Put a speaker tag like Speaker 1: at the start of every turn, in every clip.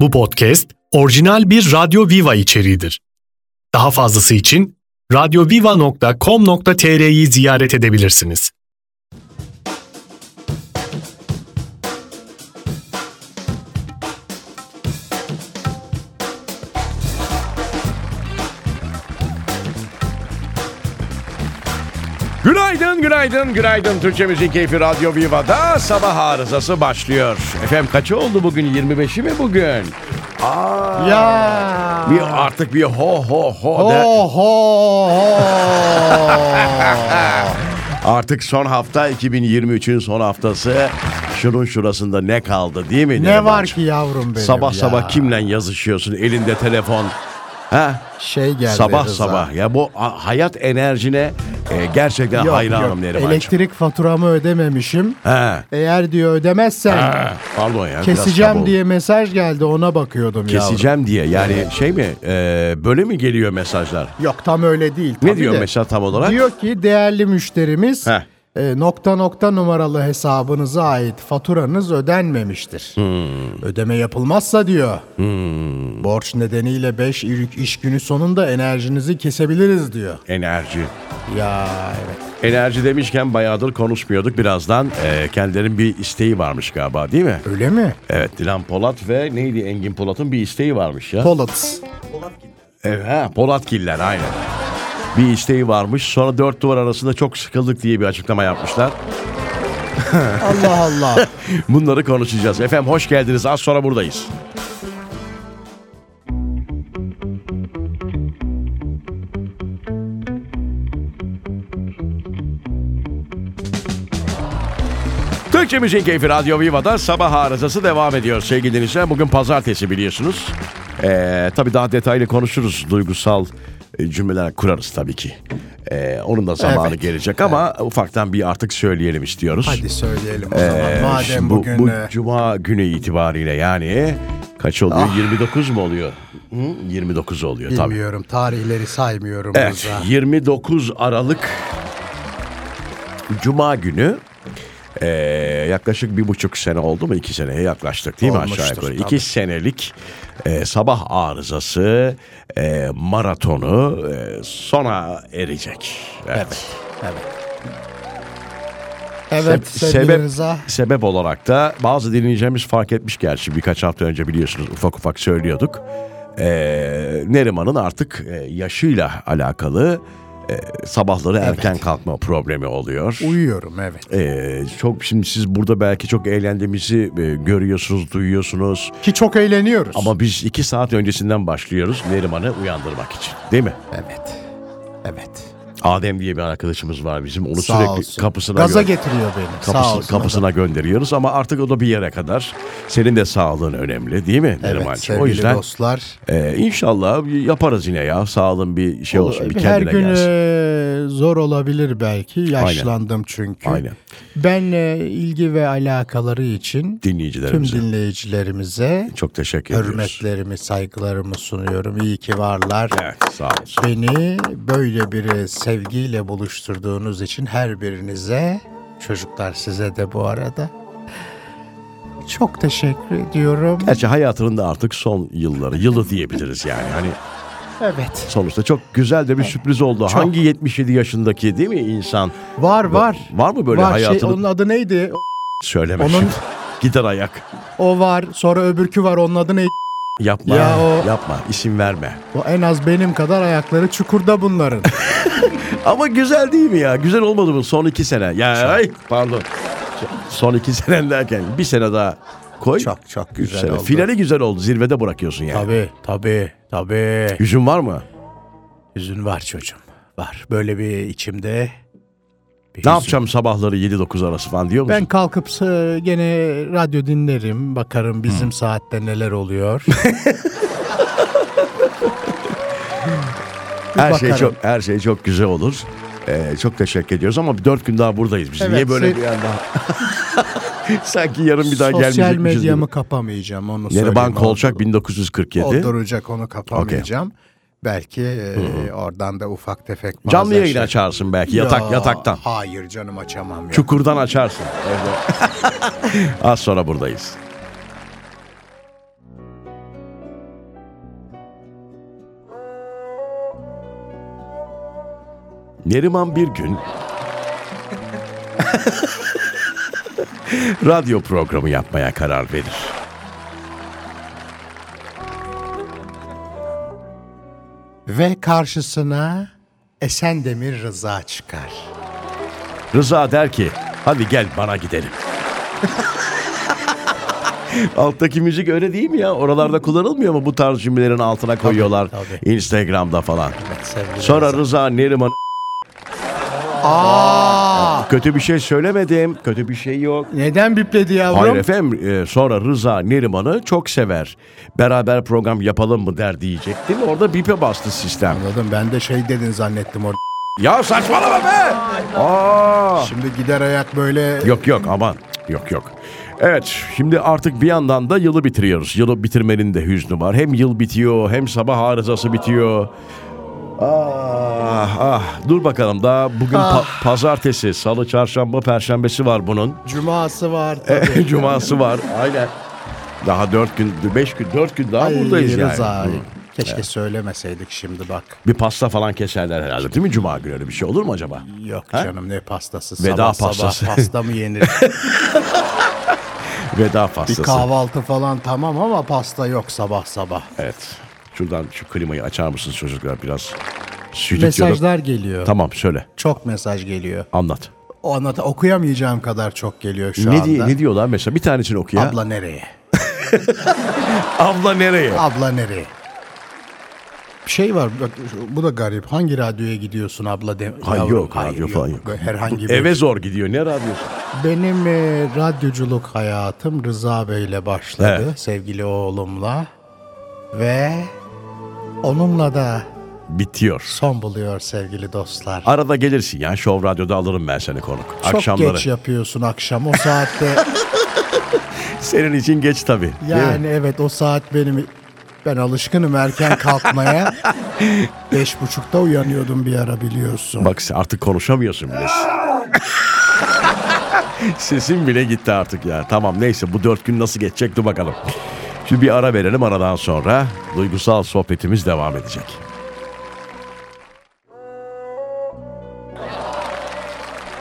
Speaker 1: Bu podcast orijinal bir Radyo Viva içeriğidir. Daha fazlası için radyoviva.com.tr'yi ziyaret edebilirsiniz.
Speaker 2: Günaydın, günaydın, günaydın. Türkçe Müzik Keyfi Radyo Viva'da sabah arızası başlıyor. Efendim kaçı oldu bugün? 25'i mi bugün? Aa,
Speaker 3: Ya.
Speaker 2: bir artık bir ho ho ho, de.
Speaker 3: Ho ho
Speaker 2: Artık son hafta 2023'ün son haftası. Şunun şurasında ne kaldı değil mi?
Speaker 3: ne
Speaker 2: Neriman?
Speaker 3: var ki yavrum benim
Speaker 2: Sabah
Speaker 3: ya?
Speaker 2: sabah kimle yazışıyorsun? Elinde telefon. Ha?
Speaker 3: Şey geldi
Speaker 2: sabah
Speaker 3: Rıza.
Speaker 2: sabah. Ya bu a- hayat enerjine e, gerçekten
Speaker 3: Yok,
Speaker 2: hayranım
Speaker 3: yok.
Speaker 2: Nerimancığım.
Speaker 3: Elektrik faturamı ödememişim.
Speaker 2: Ha.
Speaker 3: Eğer diyor ödemezsen
Speaker 2: Ha. Pardon ya. biraz kaba
Speaker 3: keseceğim
Speaker 2: oldu.
Speaker 3: diye mesaj geldi ona bakıyordum yavrum.
Speaker 2: Keseceğim diye yani şey mi e, böyle mi geliyor mesajlar?
Speaker 3: Yok tam öyle değil.
Speaker 2: Ne
Speaker 3: tabii
Speaker 2: diyor
Speaker 3: de.
Speaker 2: mesela tam olarak?
Speaker 3: Diyor ki değerli müşterimiz
Speaker 2: Heh.
Speaker 3: e, nokta nokta numaralı hesabınıza ait faturanız ödenmemiştir.
Speaker 2: Hmm.
Speaker 3: Ödeme yapılmazsa diyor. Borç nedeniyle 5 iş günü sonunda enerjinizi kesebiliriz diyor.
Speaker 2: Enerji.
Speaker 3: Ya evet.
Speaker 2: Enerji demişken bayağıdır konuşmuyorduk birazdan. E, kendilerinin bir isteği varmış galiba değil mi?
Speaker 3: Öyle mi?
Speaker 2: Evet Dilan Polat ve neydi Engin Polat'ın bir isteği varmış ya.
Speaker 3: Polat.
Speaker 2: Evet, ha, Polatgiller aynen. Bir isteği varmış. Sonra dört duvar arasında çok sıkıldık diye bir açıklama yapmışlar.
Speaker 3: Allah Allah.
Speaker 2: Bunları konuşacağız. Efendim hoş geldiniz. Az sonra buradayız. Türkçe Müzik Keyfi Radyo Viva'da sabah arızası devam ediyor sevgili dinleyiciler. Bugün pazartesi biliyorsunuz. Ee, tabii daha detaylı konuşuruz. Duygusal e, cümleler kurarız tabii ki. Ee, onun da zamanı
Speaker 3: Evet.
Speaker 2: gelecek ama ufaktan bir artık söyleyelim istiyoruz.
Speaker 3: Hadi söyleyelim o zaman.
Speaker 2: Ee,
Speaker 3: Madem
Speaker 2: şimdi bu,
Speaker 3: bugün...
Speaker 2: bu
Speaker 3: e,
Speaker 2: cuma günü itibariyle yani kaç oluyor?
Speaker 3: Ah.
Speaker 2: 29 mu oluyor? Hı? 29 oluyor tabii. Eh.
Speaker 3: Bilmiyorum tarihleri saymıyorum
Speaker 2: Evet,
Speaker 3: Rıza.
Speaker 2: 29 Aralık Cuma günü ee, yaklaşık bir buçuk sene oldu mu? iki seneye yaklaştık değil mi
Speaker 3: Olmuştur,
Speaker 2: aşağı yukarı?
Speaker 3: tabii.
Speaker 2: İki senelik ee, sabah arızası ee, maratonu ee, sona erecek. evet.
Speaker 3: Evet
Speaker 2: Seb-
Speaker 3: sevgili
Speaker 2: sebep,
Speaker 3: Rıza.
Speaker 2: sebep olarak da bazı dinleyeceğimiz fark etmiş gerçi birkaç hafta önce biliyorsunuz ufak ufak söylüyorduk. Ee, Neriman'ın artık e, yaşıyla alakalı e, sabahları erken kalkma problemi oluyor.
Speaker 3: Uyuyorum evet.
Speaker 2: Ee, çok şimdi siz burada belki çok eğlendiğimizi e, görüyorsunuz, duyuyorsunuz.
Speaker 3: Ki çok eğleniyoruz.
Speaker 2: Ama biz iki saat öncesinden başlıyoruz Neriman'ı uyandırmak için. Değil mi?
Speaker 3: Evet. Evet.
Speaker 2: Adem diye bir arkadaşımız var bizim. Onu
Speaker 3: Sağ
Speaker 2: sürekli
Speaker 3: olsun.
Speaker 2: kapısına
Speaker 3: Gaza
Speaker 2: gö-
Speaker 3: getiriyor beni. Sağ
Speaker 2: kapısı,
Speaker 3: olsun. adam.
Speaker 2: kapısına gönderiyoruz ama artık o da bir yere kadar. Senin de sağlığın önemli değil mi
Speaker 3: Evet
Speaker 2: Neriman'cığım?
Speaker 3: sevgili
Speaker 2: o yüzden
Speaker 3: dostlar.
Speaker 2: e, inşallah bir yaparız yine ya. Sağlığın bir şey olsun, bir
Speaker 3: Her
Speaker 2: kendine
Speaker 3: gün
Speaker 2: gelsin.
Speaker 3: e, zor olabilir belki. Yaşlandım çünkü.
Speaker 2: Aynen.
Speaker 3: Ben e, ilgi ve alakaları için tüm
Speaker 2: Dinleyicilerimize
Speaker 3: dinleyicilerimize
Speaker 2: çok teşekkür ediyoruz.
Speaker 3: hürmetlerimi, saygılarımı sunuyorum. İyi ki varlar.
Speaker 2: Evet, sağ olsun.
Speaker 3: Beni böyle bir sevgiyle buluşturduğunuz için her birinize, çocuklar size de bu arada çok teşekkür ediyorum.
Speaker 2: Gerçi hayatının da artık son yılları, yılı diyebiliriz yani. Hani
Speaker 3: Evet.
Speaker 2: sonuçta çok güzel de bir sürpriz oldu. Hangi 77 yaşındaki değil mi insan?
Speaker 3: Var var.
Speaker 2: Var mı böyle
Speaker 3: var,
Speaker 2: hayatını
Speaker 3: Şey, onun adı neydi?
Speaker 2: söyleme
Speaker 3: onun-
Speaker 2: şimdi. Gider ayak.
Speaker 3: O var. Sonra öbürkü var. Onun adı neydi?
Speaker 2: Yapma.
Speaker 3: Ya o-
Speaker 2: Yapma. İsim verme.
Speaker 3: O en az benim kadar ayakları çukurda bunların.
Speaker 2: Ama güzel değil mi ya? Güzel olmadı mı son iki sene? Ya ay, pardon. Son iki sene derken bir sene daha koy.
Speaker 3: Çok, çok
Speaker 2: Üç
Speaker 3: güzel oldu.
Speaker 2: Finali güzel oldu. Zirvede bırakıyorsun yani.
Speaker 3: tabii tabii tabii.
Speaker 2: Yüzün var mı?
Speaker 3: Hüzün var çocuğum. Var. Böyle bir içimde bir
Speaker 2: Ne yapacağım sabahları 7-9 arası falan diyor
Speaker 3: Ben
Speaker 2: musun?
Speaker 3: kalkıp e, gene radyo dinlerim. Bakarım bizim saatte neler oluyor.
Speaker 2: her şey
Speaker 3: bakarım.
Speaker 2: çok her şey çok güzel olur. Ee, çok teşekkür ediyoruz ama 4 gün daha buradayız biz.
Speaker 3: Evet,
Speaker 2: Niye böyle
Speaker 3: se-
Speaker 2: bir anda? Sanki yarın bir şey daha
Speaker 3: Sosyal
Speaker 2: gelmeyecekmişiz gibi.
Speaker 3: medyamı kapamayacağım onu
Speaker 2: Yani
Speaker 3: söyleyeyim.
Speaker 2: Bank Kolçak
Speaker 3: Oldu-
Speaker 2: 1947.
Speaker 3: Olduracak onu kapamayacağım. Belki e, oradan da ufak tefek bazı
Speaker 2: Canlı yayın
Speaker 3: şey-
Speaker 2: açarsın belki yatak
Speaker 3: Ya,
Speaker 2: yataktan.
Speaker 3: Hayır canım açamam ya.
Speaker 2: Çukurdan açarsın. Az sonra buradayız. Neriman bir gün radyo programı yapmaya karar verir.
Speaker 3: Ve karşısına Esendemir Rıza çıkar.
Speaker 2: Rıza der ki hadi gel bana gidelim. Alttaki müzik öyle değil mi ya? Oralarda kullanılmıyor mu bu tarz cümlelerin altına koyuyorlar
Speaker 3: tabii.
Speaker 2: Instagram'da falan.
Speaker 3: Sevgili
Speaker 2: Sonra Rıza Neriman
Speaker 3: Aa!
Speaker 2: kötü bir şey söylemedim. Kötü bir şey yok.
Speaker 3: Neden bipledi yavrum?
Speaker 2: Hayır efendim e, sonra Rıza Neriman'ı çok sever. Beraber program yapalım mı der diyecektim. Orada bipe bastı sistem.
Speaker 3: Anladım ben de şey dedin zannettim orada.
Speaker 2: Ya saçmalama be! Aa!
Speaker 3: Şimdi gider ayak böyle
Speaker 2: Yok yok aman. Yok yok. Evet şimdi artık bir yandan da yılı bitiriyoruz. Yılı bitirmenin de hüznü var. Hem yıl bitiyor hem sabah arızası bitiyor. Ah ah dur bakalım daha bugün pa-
Speaker 3: Ah.
Speaker 2: pazartesi, salı, çarşamba, perşembesi var bunun.
Speaker 3: cuması var tabii.
Speaker 2: Cuması var aynen. Daha dört gün, beş gün, dört gün daha
Speaker 3: Ay,
Speaker 2: buradayız yani.
Speaker 3: Rıza.
Speaker 2: Hı.
Speaker 3: Ee, Keşke söylemeseydik şimdi bak.
Speaker 2: Bir pasta falan keserler herhalde değil mi Cuma günü öyle bir şey olur mu acaba?
Speaker 3: Yok canım ne pastası.
Speaker 2: Veda
Speaker 3: sabah
Speaker 2: pastası.
Speaker 3: Sabah pasta mı yenir?
Speaker 2: Veda
Speaker 3: Bir
Speaker 2: pastası.
Speaker 3: kahvaltı falan tamam ama pasta yok sabah sabah.
Speaker 2: Evet. Şuradan şu klimayı açar mısınız çocuklar biraz? Stüdyoda-
Speaker 3: Mesajlar geliyor.
Speaker 2: Tamam söyle.
Speaker 3: Çok mesaj geliyor.
Speaker 2: Anlat.
Speaker 3: O anlat okuyamayacağım kadar çok geliyor şu
Speaker 2: ne,
Speaker 3: anda.
Speaker 2: diye, ne diyorlar mesela? Bir tanesini oku ya.
Speaker 3: Abla nereye?
Speaker 2: Abla nereye?
Speaker 3: Abla nereye? Bir şey var bak şu- bu da garip. Hangi radyoya gidiyorsun abla de?
Speaker 2: Hayır,
Speaker 3: yavrum?
Speaker 2: yok, radyo falan yok.
Speaker 3: Herhangi bir.
Speaker 2: Eve zor gidiyor. Ne radyosu?
Speaker 3: Benim e, radyoculuk hayatım Rıza Bey'le başladı
Speaker 2: Evet.
Speaker 3: sevgili oğlumla ve onunla da
Speaker 2: Bitiyor.
Speaker 3: son buluyor sevgili dostlar.
Speaker 2: Arada gelirsin ya. Şov radyoda alırım ben seni konuk.
Speaker 3: Çok
Speaker 2: Akşamları.
Speaker 3: geç yapıyorsun akşam o saatte.
Speaker 2: Senin için geç tabii. değil mi?
Speaker 3: Yani evet o saat benim ben alışkınım erken kalkmaya. Beş buçukta uyanıyordum bir ara biliyorsun.
Speaker 2: Bak sen artık konuşamıyorsun bile. Sesin bile gitti artık ya. Tamam neyse bu dört gün nasıl geçecek dur bakalım. Şimdi bir ara verelim aradan sonra duygusal sohbetimiz devam edecek.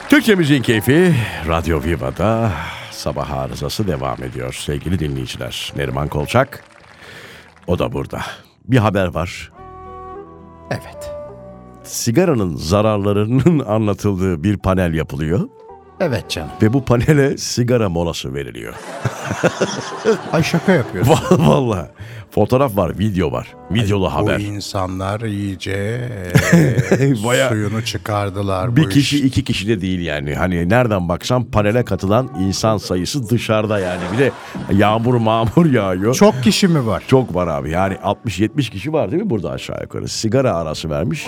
Speaker 2: Türkçe Müziğin Keyfi Radyo Viva'da sabah arızası devam ediyor sevgili dinleyiciler. Neriman Kolçak o da burada. Bir haber var
Speaker 3: Evet.
Speaker 2: sigaranın zararlarının anlatıldığı bir panel yapılıyor
Speaker 3: Evet canım.
Speaker 2: ve bu panele sigara molası veriliyor.
Speaker 3: Ay şaka yapıyorsun.
Speaker 2: Vallahi fotoğraf var, video var. Videolu haber.
Speaker 3: Bu insanlar iyice e,
Speaker 2: Baya-
Speaker 3: suyunu çıkardılar. bu
Speaker 2: Bir
Speaker 3: iş.
Speaker 2: kişi iki kişi de değil yani. Hani nereden baksan panele katılan insan sayısı dışarıda yani. Bir de yağmur mağmur yağıyor. Çok,
Speaker 3: Çok kişi mi var?
Speaker 2: var abi. Yani 60-70 kişi var değil mi burada aşağı yukarı? Sigara arası vermiş.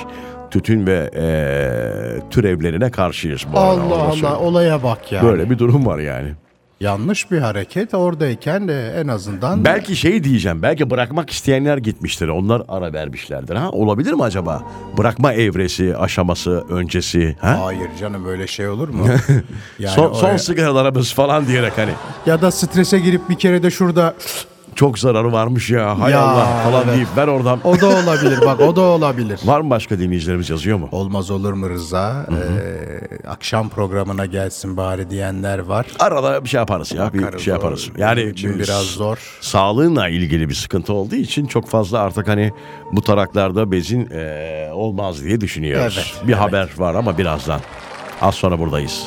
Speaker 2: Tütün ve eee türevlerine karşıyız bu arada, onu
Speaker 3: Allah
Speaker 2: da
Speaker 3: Allah
Speaker 2: söyleyeyim.
Speaker 3: olaya bak ya.
Speaker 2: Böyle bir durum var yani.
Speaker 3: Yanlış bir hareket oradayken de en azından
Speaker 2: Belki şey diyeceğim. Belki bırakmak isteyenler gitmiştir. Onlar ara vermişlerdir. Ha? Olabilir mi acaba? Bırakma evresi, aşaması, öncesi. Ha?
Speaker 3: Hayır canım öyle şey olur mu? Yani
Speaker 2: son, son
Speaker 3: oraya-
Speaker 2: sigaralarımız falan diyerek hani.
Speaker 3: Ya da strese girip bir kere de şurada
Speaker 2: Çok zararı varmış ya. Hay
Speaker 3: Ya,
Speaker 2: Allah falan
Speaker 3: evet.
Speaker 2: deyip ver oradan.
Speaker 3: o da olabilir bak o da olabilir.
Speaker 2: Var mı başka dinleyicilerimiz yazıyor mu?
Speaker 3: Olmaz olur mu Rıza? Ee, akşam programına gelsin bari diyenler var.
Speaker 2: Arada bir şey yaparız ya. Bir
Speaker 3: Bakarız,
Speaker 2: şey
Speaker 3: o
Speaker 2: yaparız. Yani
Speaker 3: için biraz zor.
Speaker 2: Sağlığınla ilgili bir sıkıntı olduğu için çok fazla artık hani bu taraklarda bezin eee, olmaz diye düşünüyoruz.
Speaker 3: Evet,
Speaker 2: bir
Speaker 3: evet.
Speaker 2: haber var ama birazdan. Az sonra buradayız.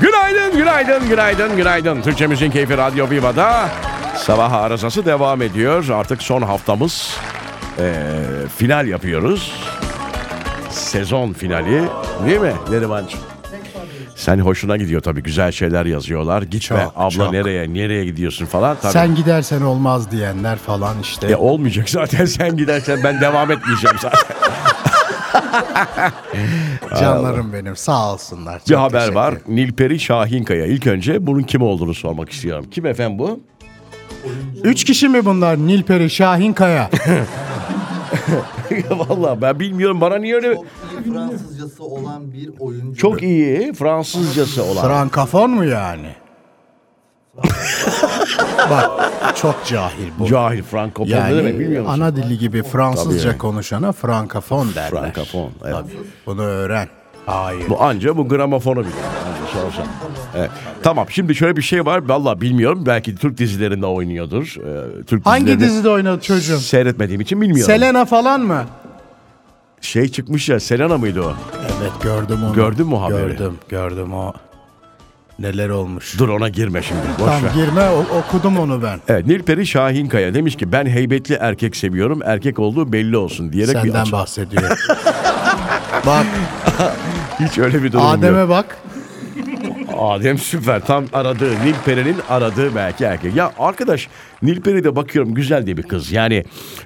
Speaker 2: Günaydın, günaydın, günaydın, günaydın. Türkçemizin keyfi Radyo Viva'da sabah arızası devam ediyor. Artık son haftamız Ee, final yapıyoruz. Sezon finali değil mi Nerimancığım? Sen hoşuna gidiyor tabii güzel şeyler yazıyorlar. Gitme
Speaker 3: Çok,
Speaker 2: abla
Speaker 3: çok.
Speaker 2: nereye nereye gidiyorsun falan. Tabii.
Speaker 3: Sen gidersen olmaz diyenler falan işte.
Speaker 2: E, olmayacak zaten sen gidersen ben devam etmeyeceğim zaten.
Speaker 3: Canlarım benim sağ olsunlar.
Speaker 2: Bir
Speaker 3: Çok
Speaker 2: haber
Speaker 3: teşekkür
Speaker 2: var.
Speaker 3: ederim.
Speaker 2: Nilperi Şahinkaya. İlk önce bunun kim olduğunu sormak istiyorum. Kim efendim bu?
Speaker 3: Üç kişi mi bunlar? Nilperi, Şahin Kaya.
Speaker 2: Vallahi ben bilmiyorum bana niye öyle...
Speaker 4: iyi Fransızcası olan bir oyuncu.
Speaker 2: Çok iyi Fransızcası olan.
Speaker 3: Frankafon mu yani? Bak çok cahil bu.
Speaker 2: Cahil Frankopon ne demek bilmiyor
Speaker 3: Yani
Speaker 2: musun?
Speaker 3: ana dili gibi Fransızca
Speaker 2: Tabii.
Speaker 3: konuşana frankafon derler.
Speaker 2: Frankopon. Evet.
Speaker 3: Bunu öğren. Hayır.
Speaker 2: Bu anca bu gramofonu biliyor. Anca sorsan. Evet. Tamam şimdi şöyle bir şey var. Vallahi bilmiyorum. Belki Türk dizilerinde oynuyordur. Ee, Türk
Speaker 3: Hangi
Speaker 2: dizilerinde
Speaker 3: dizide oynadı çocuğum?
Speaker 2: Seyretmediğim için bilmiyorum.
Speaker 3: Selena falan mı?
Speaker 2: Şey çıkmış ya Selena mıydı o?
Speaker 3: Evet gördüm onu.
Speaker 2: Gördün mü o haberi?
Speaker 3: Gördüm, gördüm o. Neler olmuş.
Speaker 2: Dur ona girme şimdi. Boş
Speaker 3: Tam
Speaker 2: ver.
Speaker 3: girme o- okudum onu ben.
Speaker 2: Evet, Nilperi Şahinkaya demiş ki ben heybetli erkek seviyorum. Erkek olduğu belli olsun diyerek bir
Speaker 3: Senden
Speaker 2: aç-
Speaker 3: bahsediyor. bak
Speaker 2: Hiç öyle bir durum yok.
Speaker 3: Adem'e bak.
Speaker 2: Adem süper. Tam aradığı Nilperi'nin aradığı belki erkek. Ya arkadaş Nilperi de bakıyorum güzel de bir kız. Yani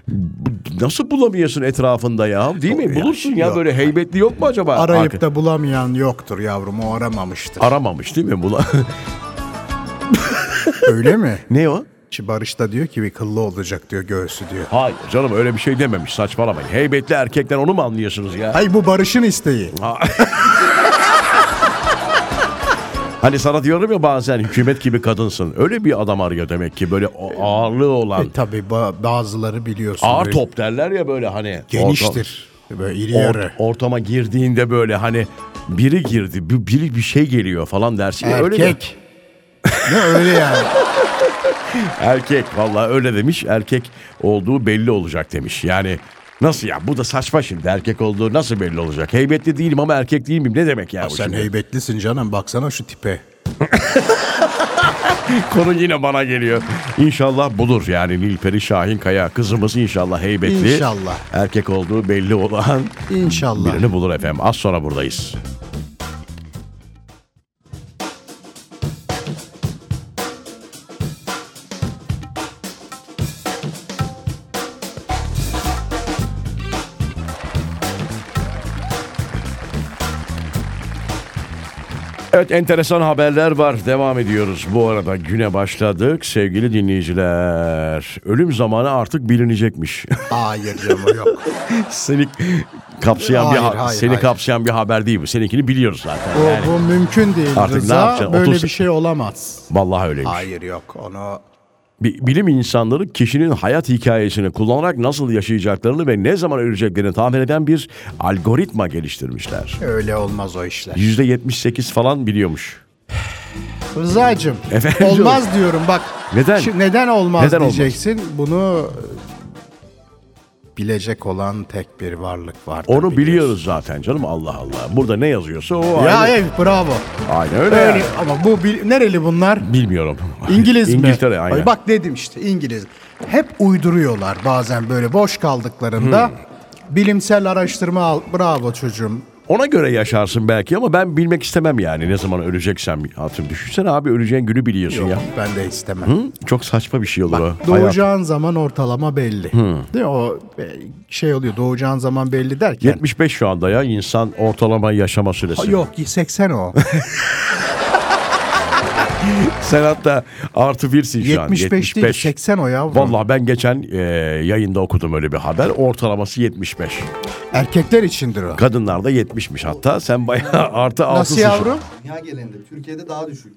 Speaker 2: bu- nasıl bulamıyorsun etrafında ya? Değil mi? Bulursun ya
Speaker 3: yok.
Speaker 2: böyle heybetli yok mu acaba?
Speaker 3: Arayıp
Speaker 2: Arka-
Speaker 3: da bulamayan yoktur yavrum o aramamıştır.
Speaker 2: Aramamış değil mi? Bula...
Speaker 3: Öyle mi?
Speaker 2: ne o?
Speaker 3: Barış da diyor ki bir kıllı olacak diyor göğsü diyor.
Speaker 2: Hayır canım öyle bir şey dememiş saçmalamayın. Heybetli erkekten onu mu anlıyorsunuz ya?
Speaker 3: Ay bu Barış'ın isteği.
Speaker 2: Hani sana diyorum ya bazen hükümet gibi kadınsın. Öyle bir adam arıyor demek ki böyle o- ağırlığı olan.
Speaker 3: E, tabii ba- bazıları biliyorsun.
Speaker 2: Ağır
Speaker 3: böyle
Speaker 2: top derler ya böyle hani.
Speaker 3: Geniştir. Böyle iri
Speaker 2: Orta-
Speaker 3: yarı.
Speaker 2: or- ortama girdiğinde böyle hani biri girdi, bir- biri bir şey geliyor falan dersin. ya, Öyle de-
Speaker 3: Erkek. ne öyle yani?
Speaker 2: erkek vallahi öyle demiş. Erkek olduğu belli olacak demiş. Yani nasıl ya bu da saçma şimdi erkek olduğu nasıl belli olacak? Heybetli değilim ama erkek değil miyim ne demek ya bu
Speaker 3: Ah, Sen
Speaker 2: şimdi?
Speaker 3: heybetlisin canım baksana şu tipe.
Speaker 2: Konu yine bana geliyor. İnşallah bulur yani Nilperi Şahin Kaya kızımız inşallah heybetli.
Speaker 3: İnşallah.
Speaker 2: Erkek olduğu belli olan
Speaker 3: İnşallah.
Speaker 2: birini bulur efendim. Az sonra buradayız. Evet enteresan haberler var. Devam ediyoruz. Bu arada güne başladık. Sevgili dinleyiciler. Ölüm zamanı artık bilinecekmiş.
Speaker 3: Hayır canım yok.
Speaker 2: seni kapsayan bir
Speaker 3: Hayır,
Speaker 2: ha-
Speaker 3: hayır,
Speaker 2: seni
Speaker 3: hayır.
Speaker 2: kapsayan bir haber değil bu. Seninkini biliyoruz zaten.
Speaker 3: Bu,
Speaker 2: yani.
Speaker 3: bu mümkün değil
Speaker 2: Artık ne
Speaker 3: Rıza.
Speaker 2: yapacaksın?
Speaker 3: Böyle
Speaker 2: Otuz-
Speaker 3: bir şey olamaz.
Speaker 2: Vallahi öyleymiş.
Speaker 3: Hayır yok onu
Speaker 2: Bi- Bilim insanları kişinin hayat hikayesini kullanarak nasıl yaşayacaklarını ve ne zaman öleceklerini tahmin eden bir algoritma geliştirmişler.
Speaker 3: öyle olmaz o işler.
Speaker 2: %78 falan biliyormuş.
Speaker 3: Rıza'cığım
Speaker 2: Efendim
Speaker 3: olmaz diyorum bak.
Speaker 2: Neden?
Speaker 3: Şimdi neden olmaz
Speaker 2: Neden olmaz?
Speaker 3: diyeceksin. Bunu e, bilecek olan tek bir varlık var.
Speaker 2: Onu
Speaker 3: tabii.
Speaker 2: biliyoruz zaten canım Allah Allah. Burada ne yazıyorsa o
Speaker 3: Ya
Speaker 2: aynı,
Speaker 3: evet bravo.
Speaker 2: aynı öyle.
Speaker 3: Öyle
Speaker 2: yani.
Speaker 3: ama bu bil- nereli bunlar?
Speaker 2: Bilmiyorum.
Speaker 3: İngiliz mi?
Speaker 2: İngiltere aynen.
Speaker 3: Ay Bak dedim işte İngiliz. Hep uyduruyorlar bazen böyle boş kaldıklarında. Bilimsel araştırma al. Bravo çocuğum.
Speaker 2: Ona göre yaşarsın belki ama ben bilmek istemem yani ne zaman öleceksem. Hatır düşünsene abi öleceğin günü biliyorsun ya.
Speaker 3: Ben de istemem.
Speaker 2: Hı? Çok saçma bir şey olur o. Hayat-
Speaker 3: Doğacağın zaman ortalama belli. Değil mi? O e, şey oluyor doğacağın zaman belli derken.
Speaker 2: 75 şu anda ya insan ortalama yaşama süresi.
Speaker 3: Ha, Yok 80 o.
Speaker 2: Sen hatta artı birsin şu an.
Speaker 3: 75 değil 80 o yavrum.
Speaker 2: Vallahi ben geçen e, yayında okudum öyle bir haber. Ortalaması 75.
Speaker 3: Erkekler içindir o.
Speaker 2: Kadınlarda 70'miş hatta. Sen bayağı artı altısın.
Speaker 3: Nasıl
Speaker 2: şu an.
Speaker 3: yavrum?
Speaker 4: Dünya genelinde. Türkiye'de daha düşük.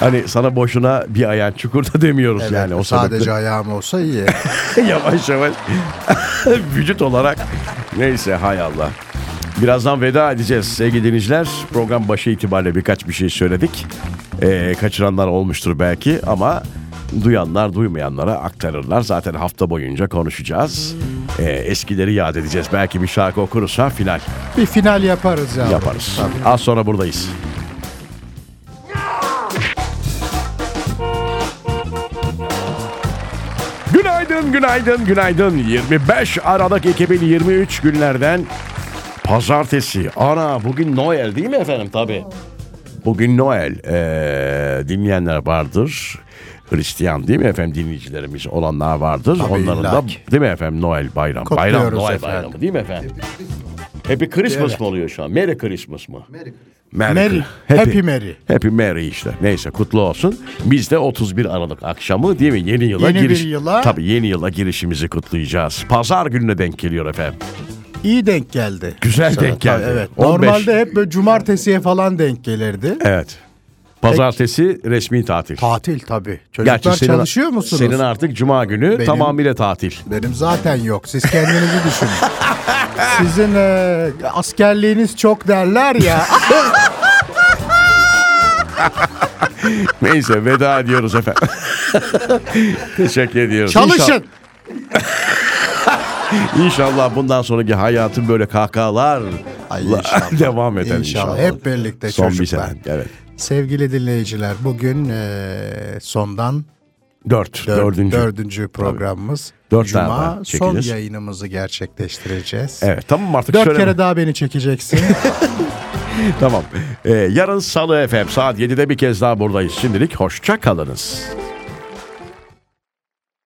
Speaker 2: Hani sana boşuna bir ayağın çukurda demiyoruz yani. O
Speaker 3: Evet,
Speaker 2: sadece
Speaker 3: sadece ayağım olsa iyi.
Speaker 2: yavaş yavaş vücut olarak neyse hay Allah. Birazdan veda edeceğiz sevgili dinleyiciler. Program başı itibariyle birkaç bir şey söyledik. Ee, kaçıranlar olmuştur belki ama duyanlar duymayanlara aktarırlar. Zaten hafta boyunca konuşacağız. Ee, eskileri yad edeceğiz. Belki bir şarkı okuruz ha final
Speaker 3: Bir final yaparız yavrum.
Speaker 2: yaparız. Az sonra buradayız. Günaydın, günaydın, günaydın. 25 Aralık 2023 günlerden pazartesi. Ana bugün Noel değil mi efendim? Tabii. Bugün Noel ee, dinleyenler vardır. Hristiyan değil mi efendim dinleyicilerimiz olanlar vardır.
Speaker 3: Tabii,
Speaker 2: Onların
Speaker 3: illa
Speaker 2: da
Speaker 3: ki.
Speaker 2: değil mi efendim Noel bayram. Bayram
Speaker 3: Kutluyoruz
Speaker 2: Noel
Speaker 3: efendim.
Speaker 2: bayramı değil mi efendim? Happy Christmas mı oluyor şu an? Merry Christmas mı?
Speaker 4: Merry Christmas.
Speaker 3: Merry,
Speaker 2: Happy.
Speaker 3: Happy Merry.
Speaker 2: Happy Merry işte. Neyse kutlu olsun. Biz de 31 Aralık akşamı değil mi? Yeni yıla
Speaker 3: Yeni bir
Speaker 2: giriş.
Speaker 3: yıla.
Speaker 2: Tabii yeni yıla girişimizi kutlayacağız. Pazar gününe denk geliyor efendim.
Speaker 3: İyi denk geldi.
Speaker 2: Güzel
Speaker 3: Sana.
Speaker 2: denk geldi.
Speaker 3: Evet.
Speaker 2: 15.
Speaker 3: Normalde hep böyle cumartesiye falan denk gelirdi.
Speaker 2: Evet. Pazartesi resmi tatil.
Speaker 3: Tatil tabii. Çocuklar çalışıyor musunuz?
Speaker 2: Senin artık cuma günü tamamıyla tatil.
Speaker 3: Benim zaten yok. Siz kendinizi düşünün. Sizin e, askerliğiniz çok derler ya.
Speaker 2: Neyse veda ediyoruz efendim. Teşekkür ediyoruz.
Speaker 3: Çalışın.
Speaker 2: İnşallah, inşallah bundan sonraki hayatın böyle kahkahalar
Speaker 3: Ay inşallah.
Speaker 2: devam eder inşallah.
Speaker 3: İnşallah. Hep birlikte
Speaker 2: Son bir
Speaker 3: çocuklar.
Speaker 2: sene. Evet.
Speaker 3: Sevgili dinleyiciler bugün e, sondan
Speaker 2: Dört.
Speaker 3: dör-
Speaker 2: dördüncü.
Speaker 3: dördüncü programımız.
Speaker 2: Dört
Speaker 3: Cuma
Speaker 2: tane var,
Speaker 3: son
Speaker 2: çekeceğiz.
Speaker 3: yayınımızı gerçekleştireceğiz.
Speaker 2: Evet tamam artık
Speaker 3: Dört
Speaker 2: şöyle.
Speaker 3: kere daha beni çekeceksin.
Speaker 2: Tamam. Ee, yarın salı efendim saat 7'de bir kez daha buradayız. Şimdilik hoşça kalınız.